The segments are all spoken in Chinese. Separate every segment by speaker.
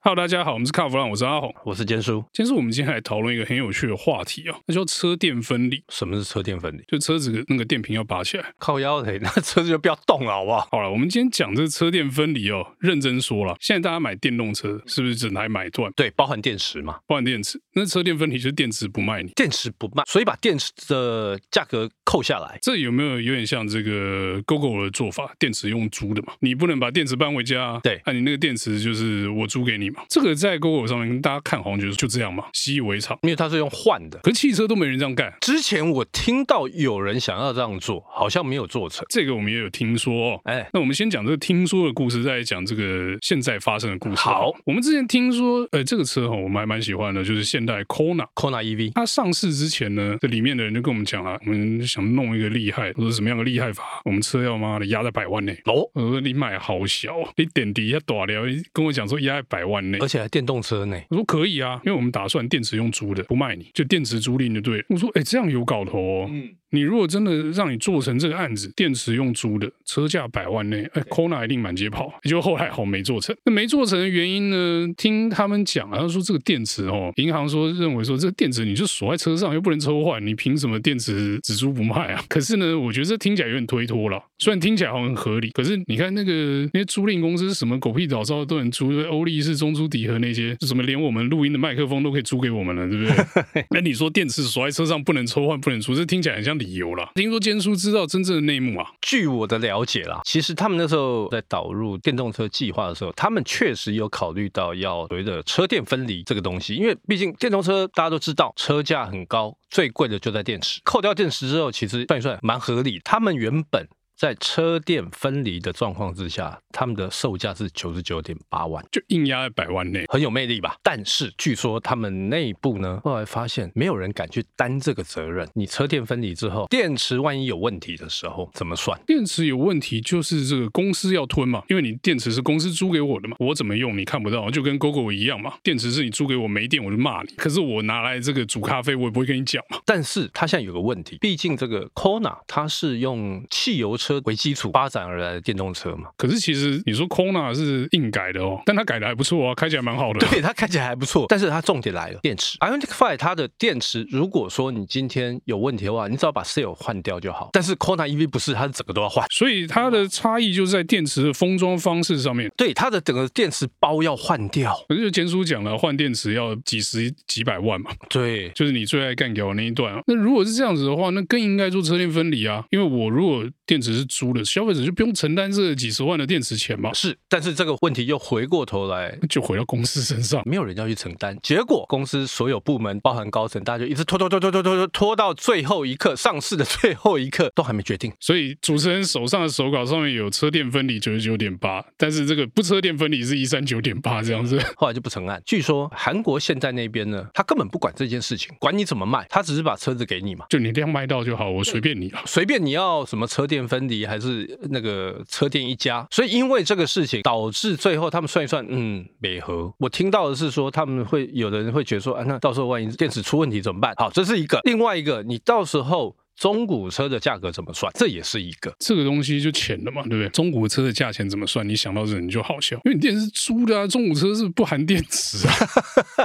Speaker 1: Hello，大家好，我们是卡弗朗，我是阿红。
Speaker 2: 我是坚叔。
Speaker 1: 今天是我们今天来讨论一个很有趣的话题啊，那叫车电分离，
Speaker 2: 什么是车电分离？
Speaker 1: 就车子那个电瓶要拔起来。
Speaker 2: 靠腰腿， 那车子就不要动了，好不好？
Speaker 1: 好了，我们今天讲这个车电分离哦，认真说了，现在大家买电动车是不是只来买断
Speaker 2: 对，包含电池嘛，
Speaker 1: 换电池？那车电分离就是电池不卖你，
Speaker 2: 电池不卖，所以把电池的价格扣下来。
Speaker 1: 这有没有有点像这个 GoGo 的做法？电池用租的嘛，你不能把电池搬回家、啊，
Speaker 2: 对
Speaker 1: 那、你那个电池就是我租给你嘛。这个在 GoGo 上面大家看好像就是就这样嘛，习以为常。
Speaker 2: 因为它是用换的。
Speaker 1: 可是汽车都没人这样干，
Speaker 2: 之前我听到有人想要这样做，好像没有做成。
Speaker 1: 这个我们也有听说哦。
Speaker 2: 哎，
Speaker 1: 那我们先讲这个听说的故事，再来讲这个现在发生的故事。
Speaker 2: 好，
Speaker 1: 我们之前听说，呃，这个车哈，我们还蛮喜欢的，就是现代 Kona。
Speaker 2: Kona E EV
Speaker 1: 它上市之前呢，这里面的人就跟我们讲啊，我们想弄一个厉害，我说什么样的厉害法？我们车要妈的压在百万内。
Speaker 2: 哦，
Speaker 1: 我说你买好小，啊你点滴要大了，你跟我讲说压在百万内
Speaker 2: 而。且还电动车呢。
Speaker 1: 我说可以啊，因为我们打算电池用租的，不卖你，就电池租赁就对了。我说，哎、这样有搞头哦。
Speaker 2: 嗯，
Speaker 1: 你如果真的让你做成这个案子，电池用租的，车价百万内，哎，Kona 一定满街跑。也就后来好没做成，那没做成的原因呢？听他们讲啊，他说这个电池哦，银行说认为说这个电池你就锁在车上又不能抽换，你凭什么电池只租不卖啊？ 可是呢，我觉得这听起来有点推脱了，虽然听起来好像很合理，可是你看那个那些租赁公司什么狗屁倒灶都能租，欧力士、中珠迪和那些，什么连我们录音的麦克风都可以租给我们了，对不对？ 那哎你说电池锁在车上不能抽换、不能出，这听起来很像理由啦。听说坚叔知道真正的内幕啊，
Speaker 2: 据我的了解啦，其实他们那时候在导入电动车计划的时候，他们确实有考虑到要所谓的车电分离这个东西，因为毕竟电动车大家都知道车价很高，最贵的就在电池，扣掉电池之后，其实算一算蛮合理。他们原本在车电分离的状况之下，他们的售价是九十九点八万。
Speaker 1: 就硬压在百万内。
Speaker 2: 很有魅力吧？但是据说他们内部呢，后来发现没有人敢去担这个责任。你车电分离之后，电池万一有问题的时候怎么算？
Speaker 1: 电池有问题，就是这个公司要吞嘛，因为你电池是公司租给我的嘛，我怎么用你看不到，就跟 GoGo 一样嘛。电池是你租给我没电我就骂你，可是我拿来这个煮咖啡我也不会跟你讲嘛。
Speaker 2: 但是它现在有个问题，毕竟这个 Kona 它是用汽油车为基础发展而来的电动车嘛，
Speaker 1: 可是其实你说 Kona 是硬改的哦，但它改的还不错啊，开起来蛮好的。
Speaker 2: 对，它看起来还不错。但是它重点来了，电池 Ionic Five 它的电池，如果说你今天有问题的话，你只要把 cell 换掉就好。但是 Kona EV 不是，它是整个都要换。
Speaker 1: 所以它的差异就是在电池的封装方式上面。
Speaker 2: 对，它的整个电池包要换掉。
Speaker 1: 可是就简叔讲了，换电池要几十几百万嘛，
Speaker 2: 对，
Speaker 1: 就是你最爱干掉的那一段啊。那如果是这样子的话，那更应该做车电分离啊，因为我如果电池是租的，消费者就不用承担这几十万的电池钱嘛，
Speaker 2: 是。但是这个问题又回过头来，
Speaker 1: 就回到公司身上。
Speaker 2: 没有人要去承担。结果公司所有部门，包含高层，大家就一直拖拖拖拖拖拖拖拖到最后一刻，上市的最后一刻都还没决定。
Speaker 1: 所以主持人手上的手稿上面有车电分离九十九点八，但是这个不车电分离是一三九点八这样子。
Speaker 2: 后来就不成案。据说韩国现在那边呢，他根本不管这件事情，管你怎么卖，他只是把车子给你嘛，
Speaker 1: 就你量卖到就好，我随便你啊了。
Speaker 2: 随便你要什么车店分离还是那个车店一家。所以因为这个事情，导致最后他们算一算，嗯，没合。我听到的是说，他们会有的人会觉得说，啊，那到时候万一电池出问题怎么办？好，这是一个。另外一个，你到时候。中古车的价格怎么算？这也是一个。
Speaker 1: 这个东西就钱了嘛，对不对？中古车的价钱怎么算？你想到这你就好笑，因为你电池是租的啊，中古车是不含电池 啊。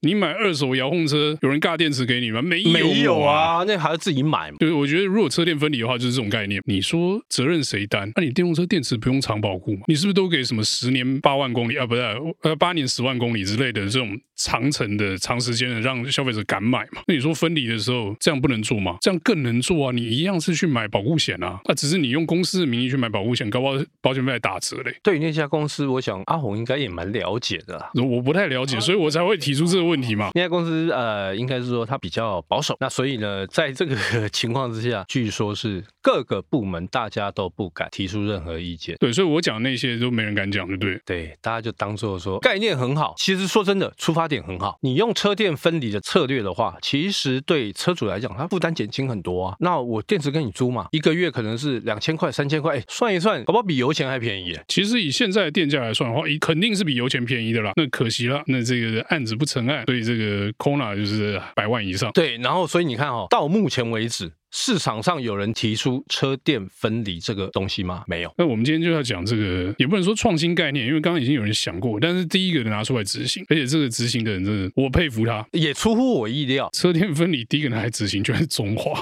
Speaker 1: 你买二手遥控车，有人尬电池给你吗？没有，
Speaker 2: 没有。啊，那还要自己买嘛。
Speaker 1: 对，我觉得如果车电分离的话，就是这种概念。你说责任谁担？那、你电动车电池不用长保护吗？你是不是都给什么十年八万公里啊？不是，呃，八年十万公里之类的这种长程的、长时间的，让消费者敢买嘛？那你说分离的时候，这样不能做吗？这样更能做啊！你一样是去买保护险啊，啊，只是你用公司的名义去买保护险，搞不好保险费还打折嘞。
Speaker 2: 对于那家公司，我想阿红应该也蛮了解的啊啦。
Speaker 1: 我不太了解，所以我才会提出这个问题嘛。
Speaker 2: 那家公司呃，应该是说它比较保守，那所以呢，在这个 情况之下，据说是各个部门大家都不敢提出任何意见。
Speaker 1: 对，所以我讲那些都没人敢讲，对不对？
Speaker 2: 对，大家就当做说概念很好。其实说真的，出发点很好。你用车电分离的策略的话，其实对车主来讲，他负担减轻很多啊。那我电池跟你租嘛，一个月可能是两千块、三千块，哎，算一算，搞不好比油钱还便宜耶。
Speaker 1: 其实以现在的电价来算的话，以肯定是比油钱便宜的啦。那可惜啦，那这个案子不成案，所以这个 Kona 就是百万以上。
Speaker 2: 对，然后所以你看哦，到目前为止。市场上有人提出车电分离这个东西吗？没有。
Speaker 1: 那我们今天就要讲这个，也不能说创新概念，因为刚刚已经有人想过，但是第一个拿出来执行，而且这个执行的人真的，我佩服他。
Speaker 2: 也出乎我意料，
Speaker 1: 车电分离第一个拿来执行居然是中华，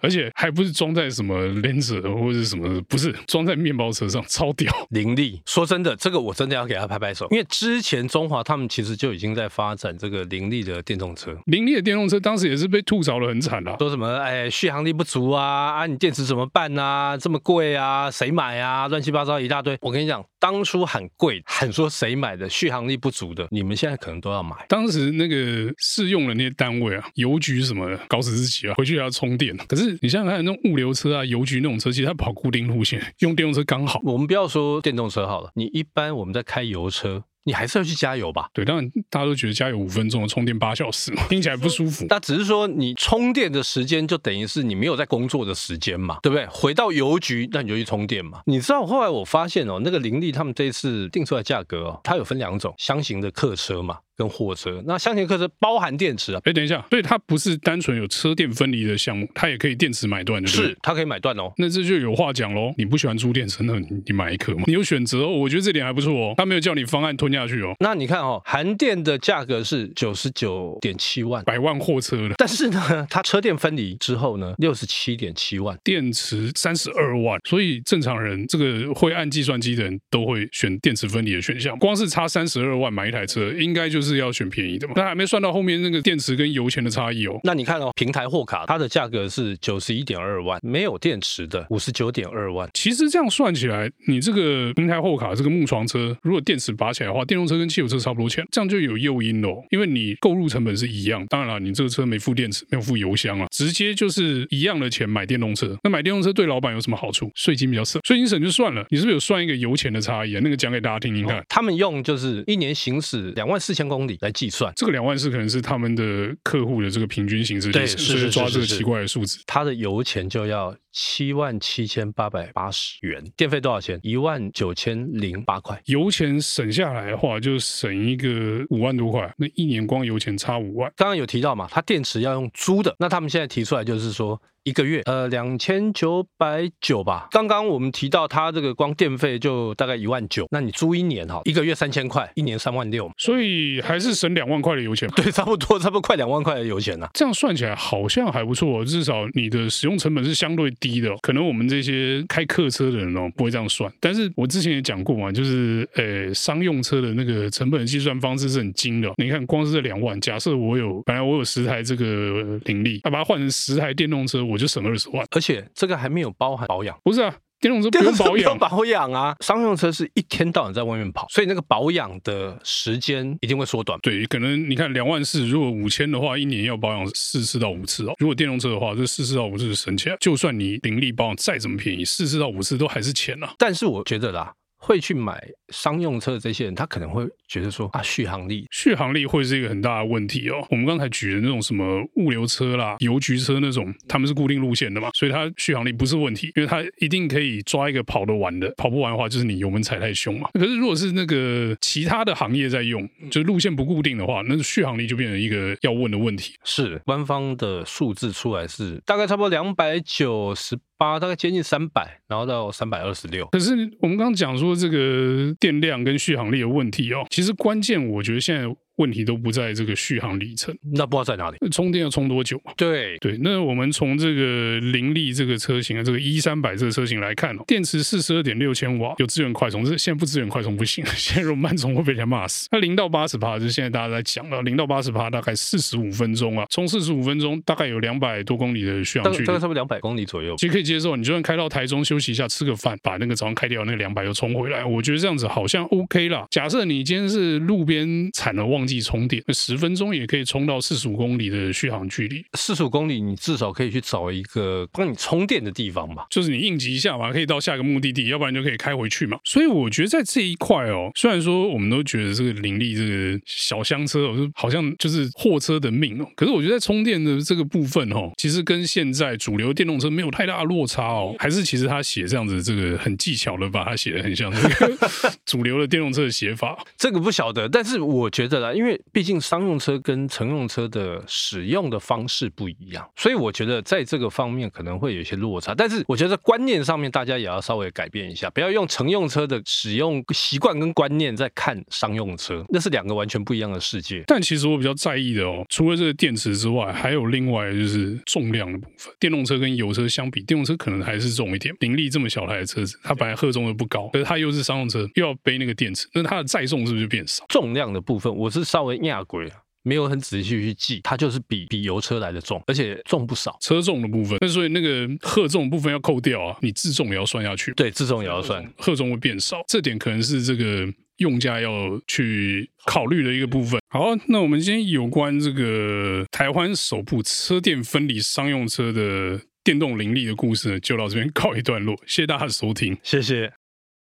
Speaker 1: 而且还不是装在什么 Lancer 或者什么，不是装在面包车上，超屌。
Speaker 2: 林立。说真的，这个我真的要给他拍拍手，因为之前中华他们其实就已经在发展这个林立的电动车，
Speaker 1: 林立的电动车当时也是被吐槽的很惨啊啦、
Speaker 2: 说什么哎续航力不足啊，啊你电池怎么办啊，这么贵啊，谁买啊，乱七八糟一大堆。我跟你讲，当初喊贵喊说谁买的续航力不足的，你们现在可能都要买。
Speaker 1: 当时那个试用的那些单位啊，邮局什么的，搞死自己啊，回去还要充电。可是你想想看，那种物流车啊、邮局那种车，其实它跑固定路线，用电动车刚好。
Speaker 2: 我们不要说电动车好了，你一般我们在开油车，你还是要去加油吧。
Speaker 1: 对，当然大家都觉得加油五分钟，充电八小时嘛，听起来不舒服。
Speaker 2: 那只是说你充电的时间就等于是你没有在工作的时间嘛，对不对？回到邮局，那你就去充电嘛。你知道后来我发现哦，那个林立他们这一次定出来价格哦，它有分两种，箱型的客车嘛，跟货车。那箱型客车包含电池啊，
Speaker 1: 哎，等一下，所以它不是单纯有车电分离的项目，它也可以电池买断的，对不对
Speaker 2: 是它可以买断哦。
Speaker 1: 那这就有话讲喽。你不喜欢租电池，那你你买一颗嘛，你有选择哦。我觉得这点还不错哦，他没有叫你方案吞下去哦，
Speaker 2: 那你看哦，含电的价格是九十九点七万，
Speaker 1: 百万货车了，
Speaker 2: 但是呢，它车电分离之后呢，六十七点七万。
Speaker 1: 电池三十二万，所以正常人这个会按计算机的人都会选电池分离的选项。光是差三十二万买一台车，应该就是要选便宜的嘛。但还没算到后面那个电池跟油钱的差异哦。
Speaker 2: 那你看哦，平台货卡它的价格是九十一点二万，没有电池的五十九点二万。
Speaker 1: 其实这样算起来，你这个平台后卡这个木床车，如果电池拔起来的话，电动车跟汽油车差不多钱，这样就有诱因喽。因为你购入成本是一样，当然了，你这个车没付电池，没有付油箱啊，直接就是一样的钱买电动车。那买电动车对老板有什么好处？税金比较省，税金省就算了，你是不是有算一个油钱的差异啊？那个讲给大家听听看。
Speaker 2: 哦他们用就是一年行驶两万四千公里来计算，
Speaker 1: 这个两万四可能是他们的客户的这个平均行驶里
Speaker 2: 对
Speaker 1: 程，
Speaker 2: 是
Speaker 1: 所以
Speaker 2: 是
Speaker 1: 就抓
Speaker 2: 是
Speaker 1: 这个
Speaker 2: 是
Speaker 1: 奇怪的数字。
Speaker 2: 它的油钱就要七万七千八百八十元，电费多少钱？一万九千零八块。
Speaker 1: 油钱省下来的话，就省一个五万多块，那一年光油钱差五万。
Speaker 2: 刚刚有提到嘛，它电池要用租的，那他们现在提出来就是说。一个月，呃，两千九百九吧。刚刚我们提到它这个光电费就大概一万九，那你租一年哈，一个月三千块，一年三万六嘛，
Speaker 1: 所以还是省两万块的油钱嘛。
Speaker 2: 对，差不多，差不多快两万块的油钱呐、
Speaker 1: 这样算起来好像还不错哦，至少你的使用成本是相对低的哦。可能我们这些开客车的人哦，不会这样算。但是我之前也讲过嘛，就是呃，商用车的那个成本计算方式是很精的哦。你看，光是这两万，假设我有本来我有十台这个林利，那把它换成十台电动车，我就省二十万。
Speaker 2: 而且这个还没有包含保养，
Speaker 1: 不是啊，电 动车不用保
Speaker 2: 电动车
Speaker 1: 养
Speaker 2: 不，用保养啊。商用车是一天到晚在外面跑，所以那个保养的时间一定会缩短。
Speaker 1: 对，可能你看两万四，如果五千的话，一年要保养四次到五次哦。如果电动车的话，这四次到五次省钱，就算你零利保养再怎么便宜，四次到五次都还是钱啊。
Speaker 2: 但是我觉得啦，会去买商用车的这些人，他可能会觉得说啊，续航力
Speaker 1: 续航力会是一个很大的问题哦。我们刚才举的那种什么物流车啦、邮局车那种，他们是固定路线的嘛，所以它续航力不是问题，因为它一定可以抓一个跑得完的。跑不完的话，就是你油门踩太凶嘛。可是如果是那个其他的行业在用，就是路线不固定的话，那续航力就变成一个要问的问题。
Speaker 2: 是官方的数字出来是大概差不多两百九十八，大概接近三百，然后到三百二十六。
Speaker 1: 可是我们刚刚讲说这个电量跟续航力的问题哦，其实关键我觉得现在问题都不在这个续航里程，
Speaker 2: 那不知道在哪里。
Speaker 1: 呃充电要充多久嘛？
Speaker 2: 对，
Speaker 1: 对，那我们从这个凌力这个车型啊，这个 E 三百这个车型来看哦，电池四十二点六千瓦，有支援快充，这现在不支援快充不行，现在如果慢充会被人家骂死。那零到八十趴就是现在大家在讲了，零到八十趴大概四十五分钟啊，充四十五分钟大概有两百多公里的续
Speaker 2: 大
Speaker 1: 航
Speaker 2: 概
Speaker 1: 距
Speaker 2: 大
Speaker 1: 离
Speaker 2: 概差。不多两百公里左右。
Speaker 1: 其实可以接受，你就算开到台中休息一下，吃个饭，把那个早上开掉的那两百又充回来，我觉得这样子好像 OK 啦。假设你今天是路边惨了忘记充电，那十分钟也可以充到四十五公里的续航距离，
Speaker 2: 四十五公里，你至少可以去找一个帮你充电的地方吧。
Speaker 1: 就是你应急一下嘛，可以到下个目的地，要不然就可以开回去嘛。所以我觉得在这一块哦，虽然说我们都觉得这个林立这个小厢车哦，就好像就是货车的命哦，可是我觉得在充电的这个部分哦，其实跟现在主流电动车没有太大的落差哦，还是其实他写这样子这个很技巧的把它写的很像这个 主流的电动车的写法。
Speaker 2: 这个不晓得，但是我觉得啦，因因为毕竟商用车跟乘用车的使用的方式不一样，所以我觉得在这个方面可能会有一些落差。但是我觉得观念上面大家也要稍微改变一下，不要用乘用车的使用习惯跟观念在看商用车，那是两个完全不一样的世界。
Speaker 1: 但其实我比较在意的哦，除了这个电池之外，还有另外就是重量的部分。电动车跟油车相比，电动车可能还是重一点。凌力这么小台的车子，它本来荷重的不高，可是它又是商用车，又要背那个电池，那它的载重是不是就变少？
Speaker 2: 重量的部分，我是稍微压轨了。没有很仔细去记，它就是比比油车来的重，而且重不少。
Speaker 1: 车重的部分，那所以那个荷重部分要扣掉啊，你自重也要算下去，
Speaker 2: 对，自重也要算。
Speaker 1: 荷重会变少，这点可能是这个用家要去考虑的一个部分。好，那我们今天有关这个台湾首部车电分离商用车的电动灵力的故事呢，就到这边告一段落，谢谢大家的收听。
Speaker 2: 谢谢。